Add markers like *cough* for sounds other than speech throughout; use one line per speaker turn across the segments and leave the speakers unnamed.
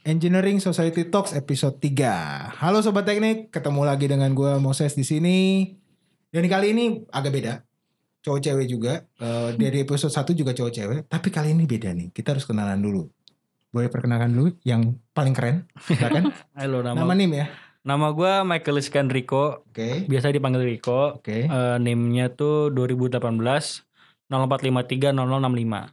Engineering Society Talks episode 3. Halo sobat teknik, ketemu lagi dengan gue Moses di sini. Dan kali ini agak beda. Cowok cewek juga.
*laughs*
Eh, dari episode 1 juga cowok cewek, tapi kali ini beda nih. Kita harus kenalan dulu. Boleh perkenalkan dulu yang paling keren, silakan.
Halo *laughs* nama
Nama
nama,
nim ya.
gue Michael Iskan Riko,
Oke.
biasa dipanggil Riko.
Oke.
Eh name-nya tuh 2018 0453
0453
0065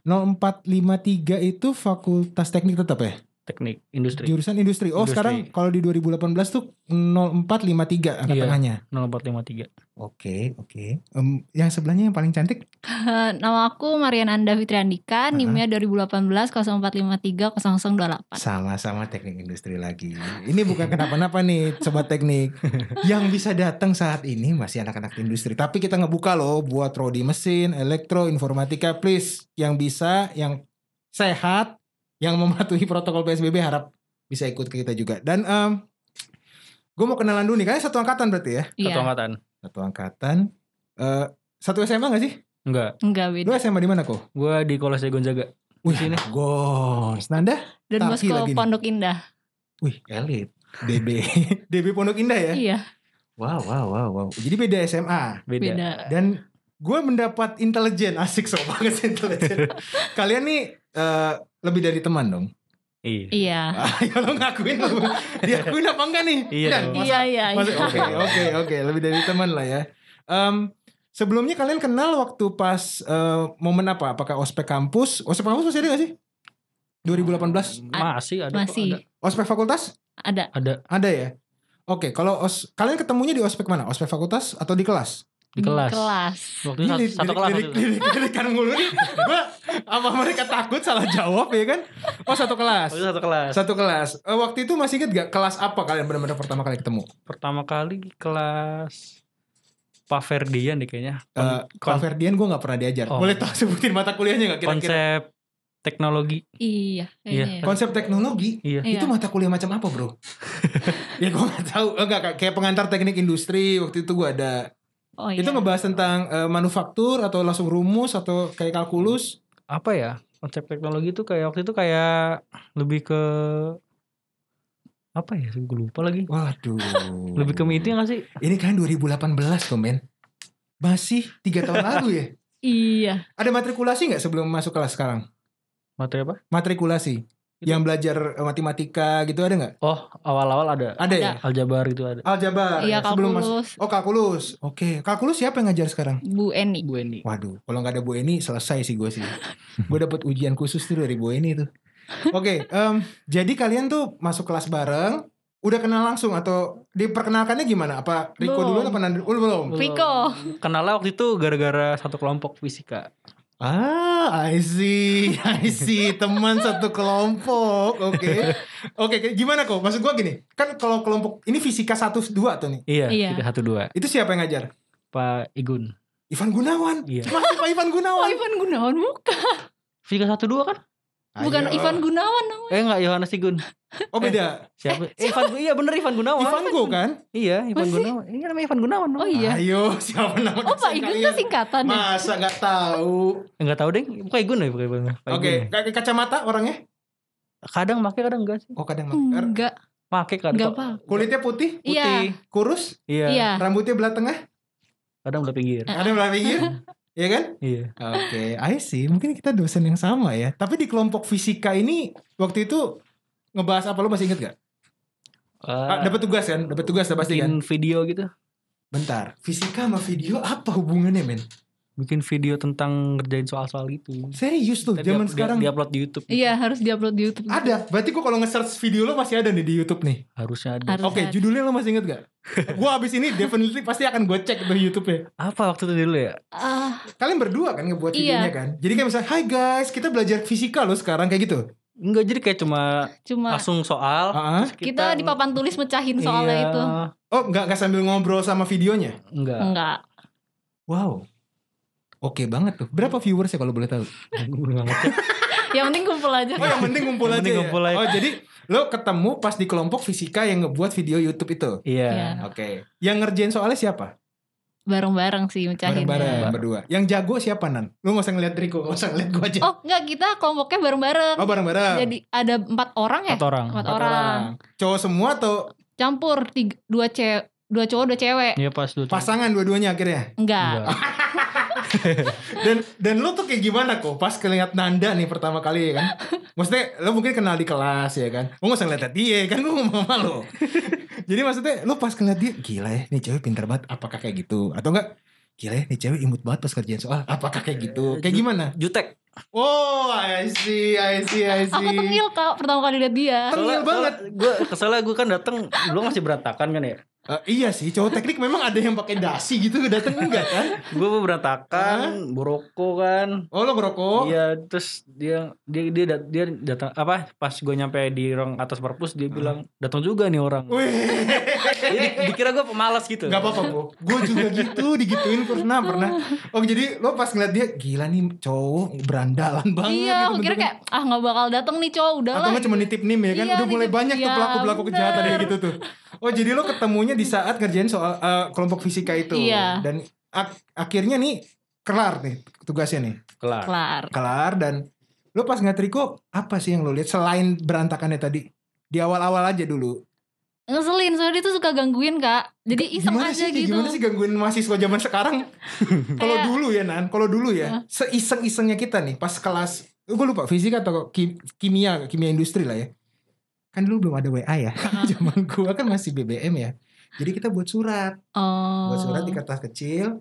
itu fakultas teknik tetap ya?
teknik industri
Jurusan industri. Oh,
Industri.
sekarang kalau di 2018 tuh 0453 angka
Iya.
tengahnya.
0453.
Oke, oke. Em, yang sebelahnya yang paling cantik?
Eh, nama aku Marian Anda Fitri Andika, NIM-nya 2018 0453 0028.
Sama-sama teknik industri lagi. Ini bukan kenapa-napa nih, sobat teknik. Yang bisa datang saat ini masih anak-anak industri. Tapi kita ngebuka loh buat prodi mesin, elektro, informatika, please. Yang bisa, yang sehat, yang mematuhi protokol PSBB harap bisa ikut ke kita juga. Dan gue mau kenalan dulu nih, kayaknya satu angkatan berarti ya?
Satu
Iya,
angkatan.
Satu angkatan. Eh, satu SMA gak sih?
Enggak.
enggak
Lu
beda.
SMA di mana kok?
Gue di Kolase Gonzaga.
Wih,
sini.
Gos. Nanda?
Dan
Tapi
Moskow
lagi nih.
Pondok Indah.
Wih, elit. *laughs* DB. DB Pondok Indah ya?
Iya,
Wow, wow, wow, wow. Jadi beda SMA.
Beda.
beda.
Dan gue mendapat intelijen. Asik so banget sih intelijen. *laughs* Kalian nih eh, lebih dari teman dong. *laughs*
Iya.
Iya.
Ayo lo ngakuin lo. Diakuin apa enggak nih?
Iya
Dan,
dong.
masa-
Iya, iya,
masa-
iya.
Oke, oke, oke. Lebih dari teman lah ya. Em, sebelumnya kalian kenal waktu pas eh, momen apa? Apakah ospek kampus? Ospek kampus masih ada gak sih? 2018
Masih ada kok,
Masih
ada.
ospek fakultas?
ada
Ada
Ada ya? Oke, kalau os- kalian ketemunya di ospek mana? Ospek fakultas atau di kelas?
di kelas.
kelas.
Waktu itu
Ini
satu,
lirik-
satu kelas.
lirik-
waktu itu.
lirik- lirikan mulu nih. Gua apa mereka takut salah jawab ya kan? Oh, satu kelas.
Waktu itu satu kelas.
Satu kelas. Eh, waktu itu masih inget gak kelas apa kalian benar-benar pertama kali ketemu?
Pertama kali kelas Paverdian deh kayaknya.
Eh
Kon-
Pak
kon-
Ferdian gue gak pernah diajar.
Oh.
Boleh tau sebutin mata kuliahnya gak kira-kira?
konsep teknologi.
Iya,
Konsep,
kayaknya. ya.
teknologi.
Iya.
Iya.
Itu mata kuliah macam apa
*laughs*
bro? ya gue gak tau. Enggak, Kak. kayak pengantar teknik industri waktu itu gue ada.
Oh,
Itu
iya.
ngebahas tentang eh, manufaktur atau langsung rumus atau kayak kalkulus.
apa ya konsep teknologi itu kayak waktu itu kayak lebih ke apa ya gue lupa lagi
Waduh.
lebih ke meeting gak sih
Ini kan 2018 tuh men. Masih tiga tahun lalu ya.
Iya.
Ada matrikulasi nggak sebelum masuk kelas sekarang?
materi apa
Matrikulasi.
Itu.
Yang belajar eh, matematika gitu ada nggak?
oh awal-awal ada
Ada, ya?
aljabar itu ada
Aljabar.
Iya,
ya, sebelum masuk.
kalkulus
Oh kalkulus. Oke. Kalkulus siapa yang ngajar sekarang?
Bu Eni.
Bu Eni
Waduh. Kalau nggak ada Bu Eni selesai sih
*laughs*
gue sih. gue dapet ujian khusus tuh dari Bu Eni tuh. Oke. em, jadi kalian tuh masuk kelas bareng. Udah kenal langsung atau diperkenalkannya gimana? Apa Riko dulu
Belum.
apa Nandri? Oh, belum.
Riko.
kenalnya waktu itu gara-gara satu kelompok fisika
Ah, I see, *laughs* I see. Teman satu kelompok, oke, oke. kayak Gimana kok? Maksud gua gini, kan kalau kelompok ini fisika satu dua tuh nih.
iya,
Iya.
fisika satu dua
Itu siapa yang ngajar?
Pak Igun
Ivan Gunawan.
Iya.
Masih Pak Ivan
Oh,
Gunawan.
Ivan Gunawan bukan.
fisika satu dua kan
Bukan
Ayo.
Ivan Gunawan dong.
eh nggak Yohanes Igun
Oh beda.
siapa Eh, Ivan iya bener Ivan Gunawan
Ivan Go kan?
iya Ivan
Masih?
Gunawan ini namanya Ivan Gunawan
Oh iya.
Ayo, *laughs* siapa nama
Oh, Pak
dosen
Igun
kalian?
itu singkatan ya.
Masa nggak tahu?
nggak tahu deh bukan Igun ya bukan Ivan Pak Igun
Oke,
ya.
kayak kacamata orangnya?
kadang pakai kadang enggak sih
Oh kadang maker.
Enggak,
pakai kadang
enggak apa.
Kulitnya putih,
putih
Iya,
kurus,
iya
iya.
rambutnya belah tengah,
kadang udah pinggir
Ah.
ada belah
*laughs*
pinggir, ya kan?
iya
Oke, I see. Mungkin kita dosen yang sama ya. Tapi di kelompok fisika ini waktu itu ngebahas apa lu masih inget gak? Ah, dapat tugas kan? Dapat tugas udah pasti kan?
Eh, bikin video gitu
Bentar. Fisika sama video apa hubungannya, men?
bikin video tentang ngerjain soal-soal gitu
Serius tuh
Ntar
zaman
di-
sekarang.
di, upload di YouTube
Iya, harus diupload di YouTube.
Ada. Berarti gua kalau nge-search video lo masih ada nih di YouTube nih.
harusnya ada
Harus
Oke,
ada.
judulnya lo masih inget gak? gua abis ini definitely pasti akan gue cek di YouTube-nya.
apa waktu itu dulu ya
Ah,
Kalian berdua kan ngebuat
Iya.
videonya kan? Jadi kayak misalnya, "Hai guys, kita belajar fisika lo sekarang kayak gitu."
enggak jadi kayak cuma
cuma
langsung soal
Ah, ah.
terus
kita di papan tulis mecahin soalnya
Iya.
itu.
Oh, enggak enggak sambil ngobrol sama videonya.
enggak
Enggak.
Wow. Oke banget tuh. Berapa viewers ya kalau boleh tahu?
Gua nggak ngerti.
Yang penting kumpul aja.
Oh yang penting kumpul
Yang
aja.
penting
ya?
kumpul aja.
Oh jadi lo ketemu pas di kelompok fisika yang ngebuat video YouTube itu.
iya
Iya.
Oke. Yang ngerjain soalnya siapa?
bareng-bareng sih mecahin.
Bareng-bareng berdua. Yang jago siapa Nan? Lu gak usah ngeliat Riko, gak usah ngeliat gue aja.
Oh enggak kita kelompoknya bareng-bareng.
Oh, bareng-bareng.
Jadi ada empat orang ya?
Empat orang.
Empat
Empat
orang.
Cowok semua atau
Campur tiga, dua cewek, dua cowok, dua cewek.
Iya pas dulu. Iya.
pasangan dua-duanya akhirnya?
Enggak.
Ah,
Dan dan lu tuh kayak gimana kok pas ngeliat Nanda nih pertama kali ya kan? Maksudnya lu mungkin kenal di kelas ya kan? Lu gak usah ngeliat dia kan, gue ngomong sama lu. Jadi maksudnya lu pas ngeliat dia, gila ya nih cewek pinter banget, apakah kayak gitu? Atau enggak? Gila ya nih cewek imut banget pas kerjaan soal, apakah kayak gitu? Kayak gimana?
Jutek.
Oh, I see, I see, I see.
Aku tengil kak pertama kali lihat dia.
Tengil banget.
Gue
Kesalnya gue kan datang belum masih berantakan kan ya.
Eh, iya sih, cowok teknik memang ada yang pakai dasi gitu datang enggak kan?
Gue berantakan, boroko kan.
Oh, lo ngerokok?
Iya, terus dia dia dia dat- dia datang apa pas gue nyampe di ruang atas perpus dia bilang datang juga nih orang.
*laughs* Wih,
dikira gue pemalas gitu.
nggak apa-apa bu. Gue juga gitu, digituin pernah, pernah. Oh, jadi lo pas ngeliat dia, gila nih cowok berandalan banget.
Iya,
gitu
aku kira
bentuknya.
kayak ah nggak bakal datang nih cowok
Atau
udahlah.
nggak cuma nitip nim ya kan?
Iya,
Udah mulai
nitip.
banyak tuh
Iya,
pelaku-pelaku kejahatan
bener.
kayak gitu tuh. Oh, jadi lo ketemunya di saat ngerjain soal eh, kelompok fisika itu.
Iya.
Dan ak- akhirnya nih kelar nih tugasnya nih.
Kelar.
Kelar.
kelar dan lo pas ngeliat Riko apa sih yang lo lihat selain berantakannya tadi di awal-awal aja dulu
Ngeselin soalnya dia tuh suka gangguin kak. Jadi iseng
gimana
aja
sih kayak
gitu.
gimana sih gangguin mahasiswa zaman
*laughs*
sekarang kalau
Kayak-
dulu ya Nan kalau dulu ya seiseng-isengnya kita nih pas kelas gue lupa fisika atau ki- kimia kimia industri lah ya kan dulu belum ada WA ya *laughs* zaman gua kan masih BBM ya jadi kita buat surat
Oh.
buat surat di kertas kecil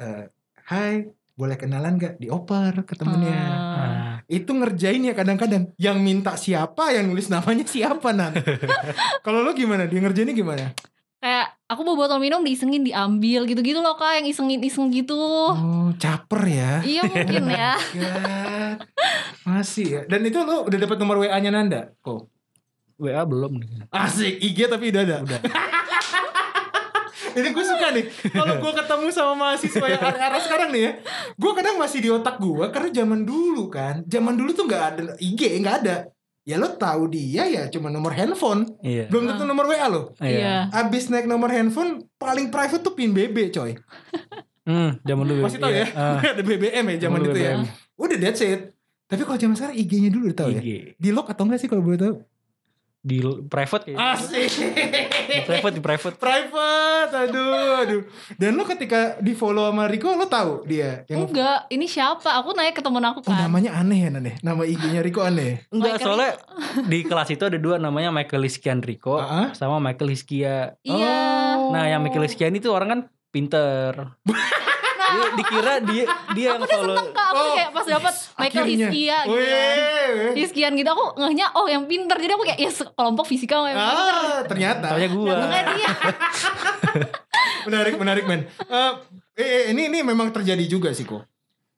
eh, Hai boleh kenalan gak dioper ke temennya
Ah.
itu ngerjain ya kadang-kadang yang minta siapa yang nulis namanya siapa nan
*laughs*
kalau lo gimana dia ngerjainnya gimana
Kayak aku mau botol minum diisengin diambil gitu-gitu loh kak yang isengin iseng gitu.
oh caper ya
Iya mungkin ya.
Ya, masih ya dan itu lo udah dapat nomor wa nya nanda kok
WA belum.
asik ig tapi udah ada *laughs*
Udah.
Ini gue suka nih Kalau gue ketemu sama mahasiswa yang arah-arah sekarang nih ya Gue kadang masih di otak gue Karena zaman dulu kan Zaman dulu tuh gak ada IG Gak ada Ya lo tahu dia ya Cuma nomor handphone
Iya.
Belum tentu nomor WA lo
Iya.
Abis naik nomor handphone paling private tuh pin BB coy.
Hmm, zaman dulu.
Pasti tahu ya.
iya.
*laughs*
Ah,
ada BBM ya zaman
dulu
itu ya.
BBM.
Udah that's it. Tapi kalau zaman sekarang IG-nya dulu udah tahu ya.
IG.
Di lock atau enggak sih kalau boleh tahu?
Di l- private kayak.
Asik. *laughs*
Di private di private.
Private, aduh, aduh. Dan lo ketika di follow sama Riko, lo tahu dia yang
Enggak, ini siapa? Aku nanya ke temen aku
Oh,
kan.
namanya aneh ya aneh. Nama IG-nya Riko
*laughs*
aneh.
Enggak,
*laughs* Michael
soalnya di kelas itu ada dua namanya Michael Hiskian Rico
Ah, ah.
sama Michael Hiskia.
Iya.
Oh.
Nah, yang Michael Hiskian itu orang kan
*laughs*
pinter. Dia dikira dia dia yang follow.
Kak, aku tuh
Oh,
kayak pas dapat Michael
akhirnya. Oh, iya.
Hiskia gitu. kan.
Weh, weh.
Hiskian gitu aku ngehnya oh yang pinter jadi aku kayak ya se- kelompok fisika sama yang pinter.
Ah, Oh. ternyata.
Taunya
Nah,
gua.
makanya dia
menarik menarik men Eh, eh, ini ini memang terjadi juga sih kok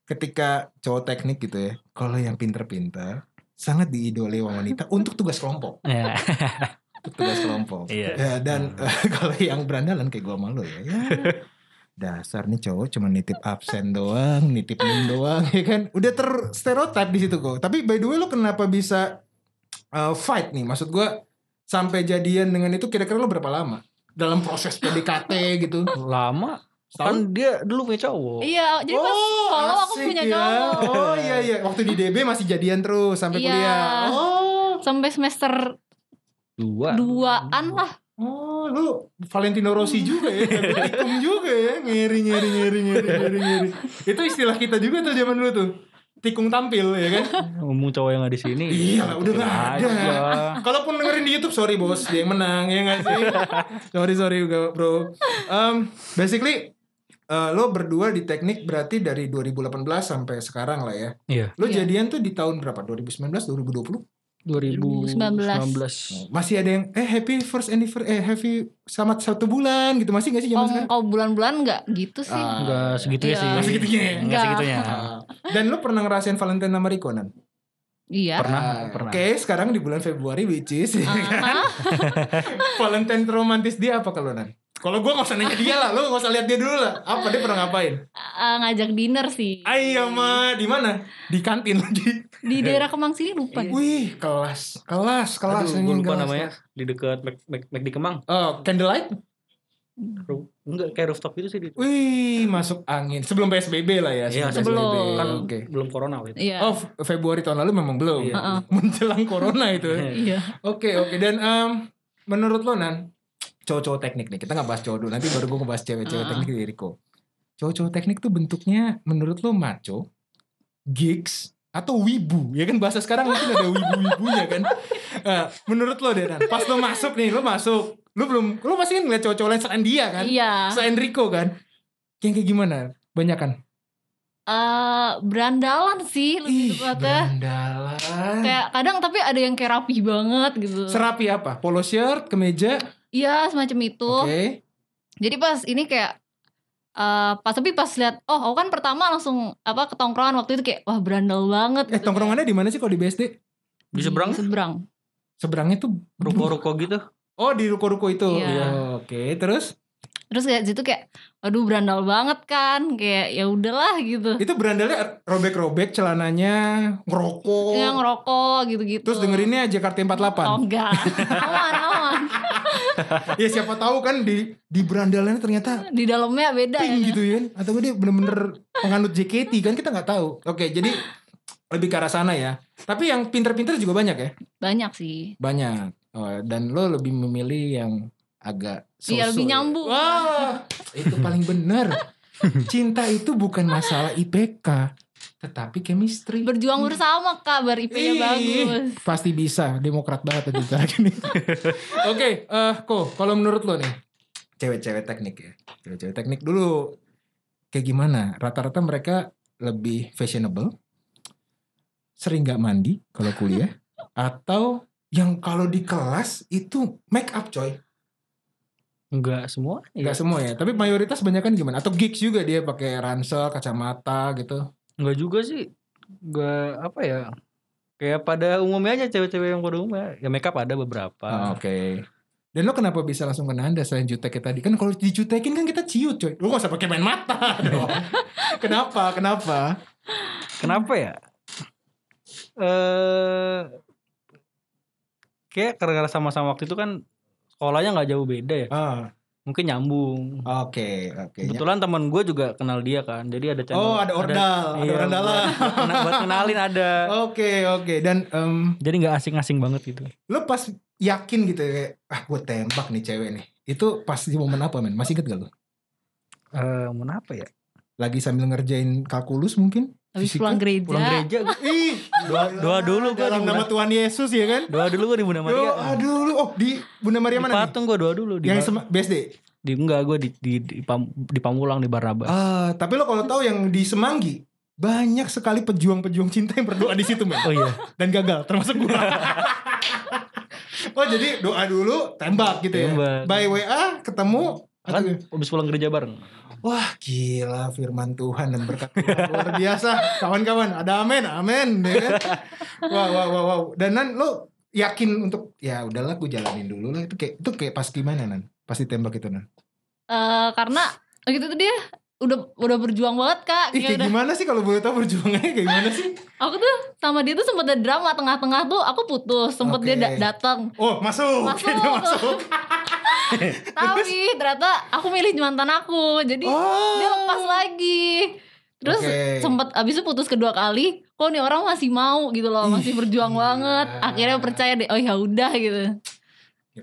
ketika cowok teknik gitu ya kalau yang pinter-pinter sangat diidolai wanita untuk tugas kelompok
Iya.
untuk tugas kelompok
Iya.
Ya, dan eh, *laughs* kalau yang berandalan kayak gua malu ya, ya dasar nih cowok cuma nitip absen doang nitip nim doang ya kan udah terstereotip di situ kok tapi by the way lo kenapa bisa eh, fight nih maksud gua sampai jadian dengan itu kira-kira lo berapa lama dalam proses PDKT gitu
Lama
Setahun?
kan dia dulu punya cowok.
iya jadi pas follow aku
asik
punya
ya.
cowok
Oh iya iya, waktu di DB masih jadian terus sampai
Iya.
kuliah. Oh.
sampai semester
Dua.
duaan lah
Oh, lu Valentino Rossi juga
*laughs*
ya, Tikum juga ya, ngeri ngeri ngeri ngeri ngeri ngeri. Itu istilah kita juga tuh zaman dulu tuh, tikung tampil ya kan.
Ngomong cowok yang ada di sini.
Iya lah, udah nggak ada.
Aja.
*laughs* Kalaupun dengerin di YouTube, sorry bos, dia yang menang ya nggak
*laughs*
sih. sorry sorry juga bro. Um, basically, eh, lo berdua di teknik berarti dari 2018 sampai sekarang lah ya.
Iya.
Lo
Iya.
jadian tuh di tahun berapa? 2019, 2020?
2019.
2019.
Masih ada yang eh happy first anniversary, eh happy selamat satu bulan gitu masih nggak sih zaman
om
sekarang?
kau bulan-bulan nggak gitu sih
Ah.
Enggak segitunya
Iya.
sih.
Nggak segitunya ya?
Nggak segitunya.
Ah. Dan lo pernah ngerasain Valentine sama Riko Nan?
iya
Pernah,
Ah,
pernah.
Oke, sekarang di bulan Februari which is ya kan?
Ah,
*laughs* Valentine romantis dia apa kalau Nan? Kalau gue gak usah nanya dia lah, lo gak usah lihat dia dulu lah. Apa dia pernah ngapain?
ah, ngajak dinner sih
Iya.
Ayo mah, di mana? Di kantin lagi.
di daerah Kemang sini lupa
Wih, kelas, kelas, kelas.
Aduh,
ini
gue lupa
kelas,
namanya
kelas.
di dekat Mac, Mac, Mac di Kemang.
Oh, candlelight?
Ru- Enggak kayak rooftop gitu sih di
Wih, masuk angin. Sebelum PSBB lah ya.
Iya,
sebelum
sebelum.
PSBB.
kan
Oke.
belum corona waktu itu.
Iya.
Oh, Fe- Februari tahun lalu memang belum.
Iya.
Heeh.
*laughs* Menjelang corona itu.
Iya.
Oke, oke. Dan em, menurut lo Nan, cowok-cowok teknik nih. Kita nggak bahas cowok dulu. Nanti baru gue ngebahas cewek-cewek
Ah.
teknik dari Riko. Cowok-cowok teknik tuh bentuknya menurut lo maco, gigs, atau wibu ya kan bahasa sekarang mungkin ada wibu-wibunya
*laughs*
kan Eh, menurut lo deh Nan, pas lo masuk nih lo masuk lo belum lo pasti kan ngeliat cowok-cowok lain selain dia kan
Iya.
selain Riko kan yang kayak gimana banyak kan
Eh, berandalan sih lebih tepatnya.
berandalan
ya. Kayak kadang tapi ada yang kayak rapi banget gitu.
Serapi apa? Polo shirt, kemeja.
Iya, semacam itu.
Oke. Eh,
Jadi pas ini kayak eh pas tapi pas lihat oh aku kan pertama langsung apa ketongkrongan waktu itu kayak wah berandal banget
Eh
gitu.
tongkrongannya di mana sih kalau di BSD?
Di seberang
Di seberang
Seberangnya tuh
ruko-ruko gitu.
Oh, di ruko-ruko itu.
Iya.
Oh, Oke, terus
terus kayak situ kayak aduh berandal banget kan kayak ya udahlah gitu
itu berandalnya robek-robek celananya, ngerokok.
ya ngerokok gitu-gitu
Oh. Terus dengerinnya Jakarta 48.
oh
*laughs*
enggak aman aman
Ya siapa tahu kan di di berandalannya ternyata
di dalamnya beda
pink
ya.
gitu ya atau dia bener-bener penganut JKT kan kita nggak tahu. Oke, jadi lebih ke arah sana ya. Tapi yang pinter-pinter juga banyak ya?
banyak sih
Banyak. Oh, dan lo lebih memilih yang agak sosok.
Iya, lebih nyambung.
Wah, itu paling
*laughs*
bener. Cinta itu bukan masalah IPK, tetapi chemistry.
berjuang bersama kabar IP-nya
Ih,
bagus
Pasti bisa, demokrat banget tadi cara gini. *laughs* Oke, eh Ko, kalau menurut lo nih, cewek-cewek teknik ya. Cewek-cewek teknik dulu kayak gimana? Rata-rata mereka lebih fashionable, sering nggak mandi kalau *laughs* kuliah, atau yang kalau di kelas itu make up coy.
Enggak semua.
Enggak semua ya, tapi mayoritas banyak kan gimana? Atau gigs juga dia pakai ransel, kacamata gitu.
Enggak juga sih. Enggak apa ya? Kayak pada umumnya aja cewek-cewek yang pada umumnya. Ya makeup ada beberapa.
Ah, Oke. Dan lo kenapa bisa langsung kena anda selain jutek tadi? Kan kalau dijutekin kan kita ciut coy. Lo gak usah pakai main mata *laughs* dong. kenapa? Kenapa?
Kenapa ya? Eh kayak gara-gara sama-sama waktu itu kan sekolahnya nggak jauh beda ya.
Ah,
Mungkin nyambung.
Oke, oke.
Kebetulan teman gue juga kenal dia kan. Jadi ada channel.
Oh, ada ordal, Oh. ada,
iya,
ordalan.
buat- buat- buat kenalin ada.
Oke, oke. Dan em,
Jadi nggak asing-asing banget gitu.
lo pas yakin gitu ya, kayak, ah gue tembak nih cewek nih. Itu pas di momen apa men? Masih inget gak lo?
Eh, mau apa ya?
Lagi sambil ngerjain kalkulus mungkin?
habis
Fisika?
pulang gereja,
Pulang gereja. gua.
Ih, *laughs*
Doa- doa dulu gua
dalam
di
nama
bulan.
Tuhan Yesus ya kan?
Doa dulu gue di Bunda Maria.
Doa dulu. Oh, di Bunda Maria
Di
mana nih?
patung gue doa dulu. Di,
Yang
Bar-
Sema- BSD.
di enggak gue di di, di, Pam- di Pamulang di Barnabas.
Ah, tapi lo kalau tahu yang di Semanggi banyak sekali pejuang-pejuang cinta yang berdoa di situ men
Oh iya.
dan gagal termasuk gua. oh jadi doa dulu tembak gitu
Tembak.
ya. By WA ketemu
Kan
atau-
habis pulang gereja bareng.
Wah gila firman Tuhan dan berkat Tuhan luar biasa kawan-kawan ada amin amin ya kan? wow wow wow wow dan nan lo yakin untuk ya udahlah gue jalanin dulu lah itu kayak itu kayak pas gimana nan pas ditembak itu nan
Eh, karena gitu tuh dia udah udah berjuang banget kak
Ih,
Kayak
kayak
Ya udah-
Iya, gimana sih kalau boleh tahu perjuangannya kayak gimana sih
aku tuh sama dia tuh sempet ada drama tengah-tengah tuh aku putus sempet dia
Oke.
da- datang
oh masuk
*laughs* Masuk.
Dia masuk
tapi ternyata aku milih mantan aku jadi
oh
dia lepas lagi terus
Oke.
sempet abis itu putus kedua kali kok nih orang masih mau gitu loh masih
Ih,
berjuang
gila.
banget akhirnya percaya deh oh ya udah gitu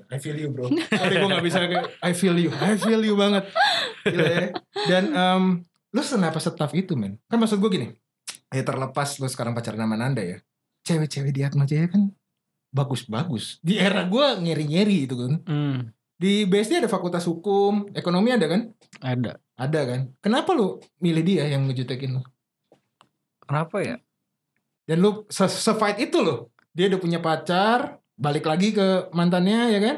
I feel you
*laughs*
bro Sorry gue gak bisa kayak, I feel you I feel you banget Gila ya Dan em Lu kenapa setaf itu men Kan maksud gue gini Ya terlepas lu sekarang pacaran sama Nanda ya Cewek-cewek di Atma Jaya kan Bagus-bagus Di era gue ngeri-ngeri itu kan
Hmm,
Di BSD ada fakultas hukum Ekonomi ada kan
ada.
Ada kan Kenapa lu milih dia yang ngejutekin lu
Kenapa ya?
Dan lu se- se-fight itu loh Dia udah punya pacar Balik lagi ke mantannya ya kan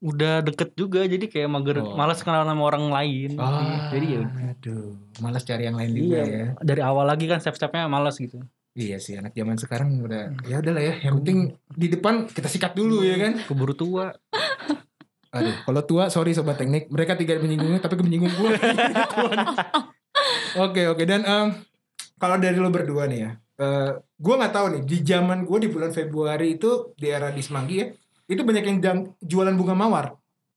Udah deket juga jadi kayak mager
Oh.
malas kenalan sama orang lain.
Ah,
Jadi ya
Aduh Malas cari yang lain juga
Iya,
ya
dari awal lagi kan step-stepnya malas gitu.
Iya sih anak zaman sekarang udah ya udahlah ya
Hmm.
yang penting di depan kita sikat dulu ya kan.
Keburu tua.
Aduh, kalau tua sorry sobat teknik, mereka tidak menyinggungnya tapi menyinggung gue. Tua nih. *laughs* Oke oke dan em, kalau dari lo berdua nih ya, eh, gue nggak tahu nih di zaman gue di bulan Februari itu di era di Semanggi ya, itu banyak yang jang- jualan bunga mawar.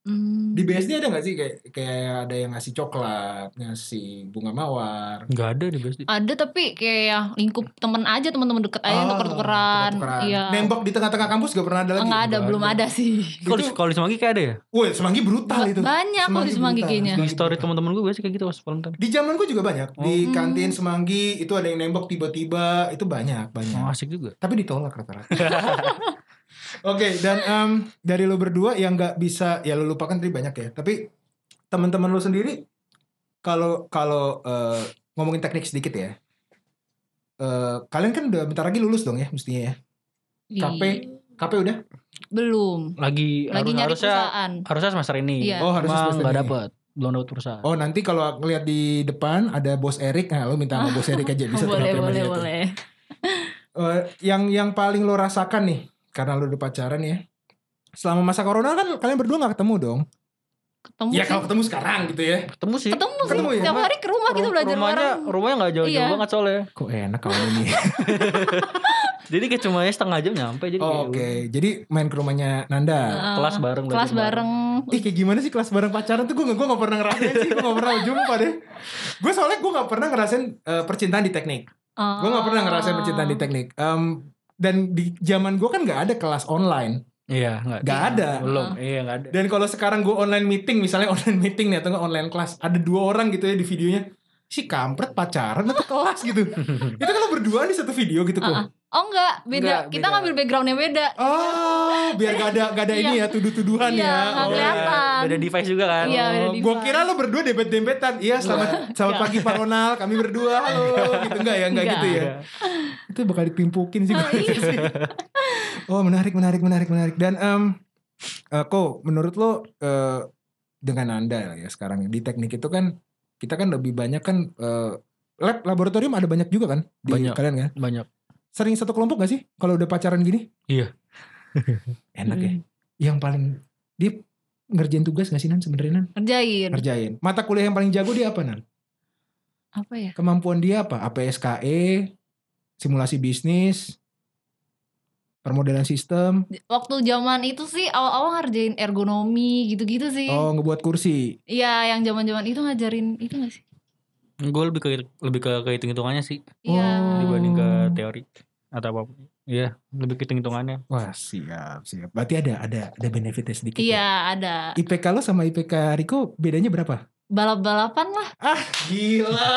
Hmm.
Di BSD ada nggak sih kayak kayak ada yang ngasih coklat, ngasih bunga mawar.
Enggak ada di BSD.
Ada tapi kayak ya lingkup temen aja teman-teman deket aja yang
Ah,
tuker-tukeran.
tuker-tukeran.
Iya.
Nembak di tengah-tengah kampus gak pernah ada lagi.
Enggak ada,
Nggak
belum
ada.
ada sih.
Kalau di-
Itu-
kalau di Semanggi kayak ada ya?
Woi, semanggi brutal
Ba-
itu.
Banyak kalau di Semanggi
brutal.
kayaknya.
Di story teman-teman gue biasanya kayak gitu pas Valentine.
Di zaman gue juga banyak. Di
Oh.
kantin semanggi itu ada yang nembak tiba-tiba, itu banyak, banyak.
Oh, asik juga.
Tapi ditolak rata-rata. *laughs* Oke, dan em, dari lu berdua yang nggak bisa ya lu lupakan tadi banyak ya. Tapi teman-teman lu sendiri kalau kalau eh, ngomongin teknik sedikit ya. Eh, kalian kan udah bentar lagi lulus dong ya mestinya ya.
Di-
Capek. KP udah?
Belum.
Lagi, harus-
Lagi nyari
harusnya
perusahaan.
harusnya semester ini.
Iya.
Oh, harusnya
Emang
semester
enggak
ini.
dapet belum dapet perusahaan.
Oh, nanti kalau ngeliat di depan ada Bos Erik, nah lu minta sama
*laughs*
Bos Erik aja bisa tuh HP
boleh, boleh,
manajer tuh.
boleh.
Eh, yang yang paling lo rasakan nih karena lo udah pacaran ya selama masa corona kan kalian berdua nggak ketemu dong
Ketemu
ya
sih.
kalau ketemu sekarang gitu ya
Oh, Ketemu sih.
Ketemu sih.
Ketemu ya?
Tiap hari ke rumah gitu
Ru-
belajar
rumahnya,
bareng.
Rumahnya gak jauh-jauh
Iya.
banget soalnya.
kok enak kalau ini
Jadi kayak cuma ya setengah jam nyampe. Jadi kayak
*laughs* oke jadi main ke rumahnya Nanda
Heeh.
kelas bareng.
kelas
belajar
bareng.
Ih kayak gimana sih kelas bareng pacaran tuh gue gak, gue gak pernah ngerasain sih Gue gak pernah jumpa deh Gue soalnya gue gak pernah ngerasain eh, percintaan di teknik Gue gak pernah ngerasain percintaan di teknik Em, Dan di zaman gue kan gak ada kelas online
Iya, enggak.
Gak ada
Belum.
Ah.
Iya, enggak ada.
Dan kalau sekarang gue online meeting, misalnya *laughs* online meeting nih atau nggak online kelas, ada dua orang gitu ya di videonya, si kampret pacaran atau kelas gitu. *laughs* Itu kalau berdua di satu video gitu kok.
Oh enggak, beda.
Enggak,
Kita
beda.
ngambil backgroundnya beda.
Oh, biar gak ada gak ada ini ya tuduh-tuduhan
Iya,
ya.
nggak
Oh.
kelihatan.
Beda device juga kan.
Iya, beda device.
gue kira lo berdua dempet-dempetan. Iya, selamat selamat pagi Pak Ronald, kami berdua. Halo, gitu enggak ya? Enggak
Nggak.
gitu ya.
Iya.
Itu bakal dipimpukin sih.
Ah,
gue.
iya.
Oh, menarik, menarik, menarik, menarik. Dan em eh, kok menurut lo eh, dengan Anda ya sekarang di teknik itu kan kita kan lebih banyak kan eh, lab laboratorium ada banyak juga kan di
Banyak.
kalian kan.
Banyak.
Sering satu kelompok gak sih kalau udah pacaran gini?
Iya.
Enak ya. Yang paling dia ngerjain tugas gak sih Nan sebenarnya Nan?
Kerjain.
Ngerjain. Mata kuliah yang paling jago dia apa Nan?
Apa ya?
Kemampuan dia apa? APSKE, simulasi bisnis, permodalan sistem,
Waktu zaman itu sih awal-awal ngerjain ergonomi gitu-gitu sih.
Oh ngebuat kursi.
Iya, yang zaman-zaman itu ngajarin itu gak sih?
Gue lebih ke lebih ke hitung-hitungannya sih
Iya.
dibanding ke teori atau apapun. Iya, lebih ke hitung-hitungannya.
Wah siap siap. Berarti ada ada ada benefitnya sedikit. ya?
Iya, ada.
IPK lo sama IPK Riko bedanya berapa?
Balap-balapan lah.
Gila.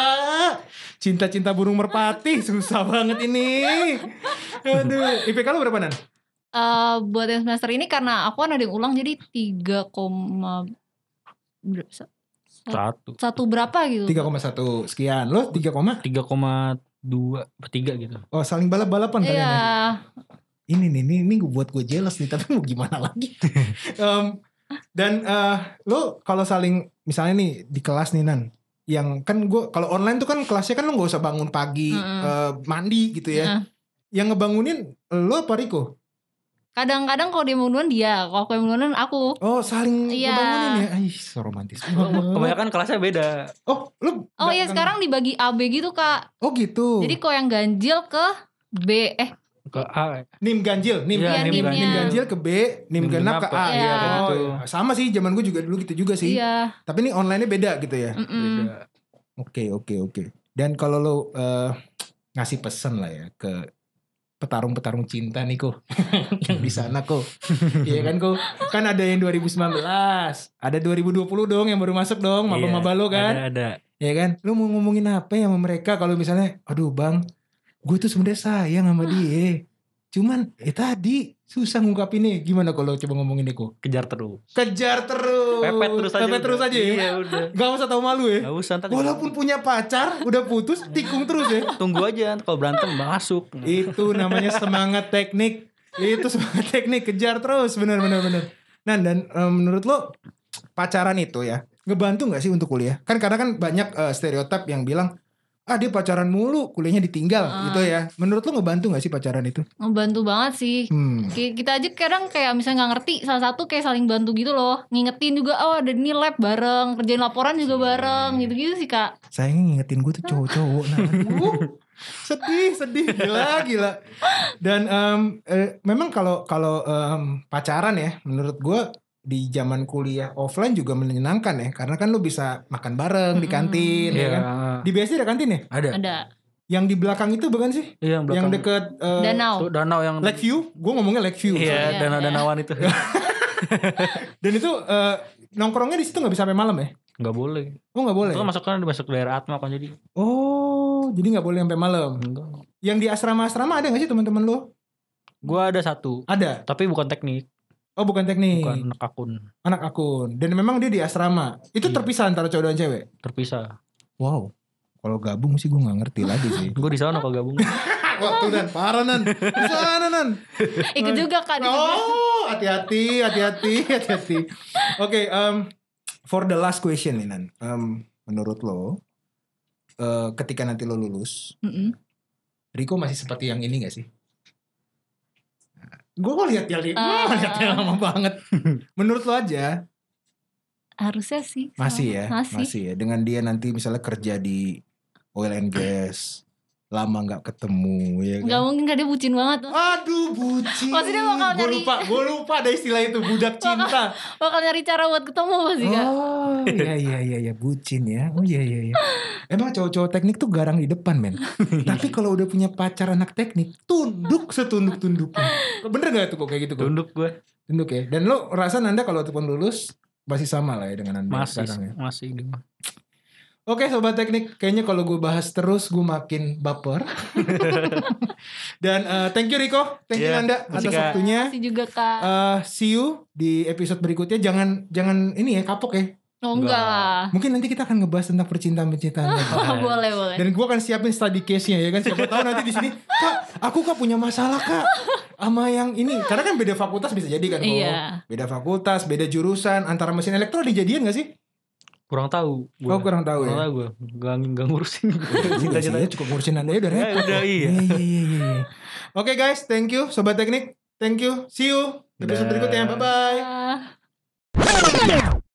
Cinta-cinta burung merpati susah banget ini. Aduh, IPK lo berapa Nan?
Eh, buat yang semester ini karena aku kan ada yang ulang jadi 3, koma ber- sa-
Satu.
Eh, satu berapa gitu.
3,1 sekian. Lo 3, koma?
3,2 per 3 gitu.
oh saling balap-balapan kalian.
Iya.
ya? Ini nih, ini, ini gue buat gue jealous nih, tapi mau gimana
*laughs*
lagi? Em, dan eh, lo kalau saling misalnya nih di kelas nih Nan, yang kan gue kalau online tuh kan kelasnya kan lo nggak usah bangun pagi
Mm-mm.
eh, mandi gitu ya.
Heeh.
yang ngebangunin lo apa Riko?
Kadang-kadang kalau dia mau duluan dia, kalau aku yang mau duluan aku.
Oh saling
Iya.
ngebangunin ya? Ih so romantis banget.
Kebanyakan kelasnya beda.
oh lo
*laughs* Oh
nggak-
iya
nggak-
sekarang dibagi AB gitu kak.
Oh gitu
Jadi kok yang ganjil ke B eh
Ke A. ya?
Nim ganjil Nim,
Iya,
nim, nim
nim ganjil.
ganjil ke B Nim,
Nim
genap ke
genap ke
A
A, iya,
ya.
kayak
Oh,
gitu.
iya. Sama sih zaman gue juga dulu gitu juga sih
iya.
Tapi ini online-nya beda gitu ya
mm-mm.
Beda.
Oke oke oke Dan kalau lo eh, ngasih pesan lah ya Ke petarung-petarung cinta nih kok *laughs* yang di sana kok iya kan kok kan ada yang 2019 ada 2020 dong yang baru masuk dong maba-maba lo kan
Iya, Ada ada.
ya kan lu mau ngomongin apa ya sama mereka kalau misalnya aduh bang gue tuh sebenarnya sayang sama dia cuman ya tadi susah ngungkapinnya gimana kalau coba ngomongin Eko
Kejar terus.
kejar terus
Pepet terus aja.
pepet
udah.
terus aja ya
Iya, udah.
gak usah tahu malu ya
Gak usah ntar
walaupun punya pacar udah putus tikung terus ya
tunggu aja ntar kalau berantem masuk.
itu namanya semangat teknik itu semangat teknik kejar terus bener bener bener nah dan eh, menurut lo pacaran itu ya ngebantu nggak sih untuk kuliah kan karena kan banyak eh, stereotip yang bilang ah dia pacaran mulu kuliahnya ditinggal
Ah.
gitu ya menurut lo ngebantu nggak sih pacaran itu
Ngebantu banget sih.
hmm.
Ki- Kita aja kadang kayak misalnya nggak ngerti salah satu kayak saling bantu gitu loh. Ngingetin juga oh ada nih lab bareng, kerjain laporan juga bareng gitu-gitu sih kak.
sayangnya ngingetin gue tuh cowok-cowok nah
Oh.
aduh, *laughs* sedih sedih gila gila dan em, eh, memang kalau kalau em, pacaran ya menurut gue di zaman kuliah offline juga menyenangkan ya karena kan lu bisa makan bareng di
Mm-mm.
kantin ya
Iya.
kan. Di BSD ada kantin ya?
Ada.
ada
Yang di belakang itu bukan sih?
Iya, yang belakang.
Yang deket eh,
Tuh,
danau
danau yang
Lakeview, gue ngomongnya Lakeview.
Iya,
Iya,
danau-danauan itu.
Dan itu eh, nongkrongnya di situ nggak bisa sampai malam ya?
Enggak boleh.
Oh nggak boleh.
Itu kan masuk kan masuk daerah Atma kan jadi.
Oh, jadi nggak boleh sampai malam.
Enggak.
Yang di asrama-asrama ada nggak sih teman-teman lu?
Gua ada satu,
Ada.
tapi bukan teknik,
Oh bukan teknik,
bukan anak akun,
anak akun. Dan memang dia di asrama. Itu
Iya.
terpisah antara cowok dan cewek.
terpisah.
Wow. Kalau gabung sih gue nggak ngerti lagi *laughs* sih.
Gua di sana kok gabung.
Ah, Waktu dan parah nan. Di sana nan.
ikut juga kan
Oh, hati-hati, hati-hati, *laughs* hati-hati. Oke, em, for the last question nih Nan. Em, menurut lo, eh, ketika nanti lo lulus,
Mm-mm.
Riko masih seperti yang ini gak sih? Gue kok lihat yang
Ah.
*laughs* lihat yang lama banget. *laughs* Menurut lo aja
harusnya sih sama.
masih ya,
Oh, masih,
ya. Dengan dia nanti misalnya kerja di oil and gas, lama nggak ketemu ya kan?
nggak mungkin kan dia bucin banget
Aduh bucin.
Pasti dia bakal
Gua
nyari-
lupa, gue lupa ada istilah itu budak cinta.
bakal nyari cara buat ketemu pasti kan
Oh iya iya iya ya bucin ya. Oh iya iya iya. Emang cowok-cowok teknik tuh garang di depan
*laughs*
men. Tapi kalau udah punya pacar anak teknik, tunduk setunduk tunduknya. Bener gak tuh kok kayak gitu kok?
*laughs* Tunduk gue
Tunduk ya. Dan lo rasa Nanda kalau ataupun lulus masih sama lah ya dengan Nanda
masih
sekarang ya.
masih *laughs* di
Oke sobat teknik, kayaknya kalau gue bahas terus gue makin
*laughs*
baper. Dan eh, thank you Riko, thank you
Iya,
Nanda
makasih,
atas
Kak.
waktunya.
masih juga kak
Eh, see you di episode berikutnya. Jangan jangan ini ya kapok ya.
oh enggak lah
Mungkin nanti kita akan ngebahas tentang percintaan percintaan.
*laughs*
*laughs* boleh boleh
Dan gue akan siapin study case-nya ya kan. Siapa tahu nanti di sini, kak, aku kak punya masalah kak sama yang ini. Karena kan beda fakultas bisa jadi kan. Ko.
iya
Beda fakultas, beda jurusan, antara mesin elektro dijadian gak sih?
kurang tahu.
Gue
Gua.
kurang tahu
Kurang
ya.
tahu gue Gak, gak ngurusin
Cita-cita
Cita-citanya
cukup ngurusin anda ya udah
Ya,
repot.
*laughs* udah, iya.
Iya iya iya. iya. *laughs* Oke guys, thank you sobat teknik. Thank you. See you episode
Dah.
berikutnya. Bye bye.
Ah.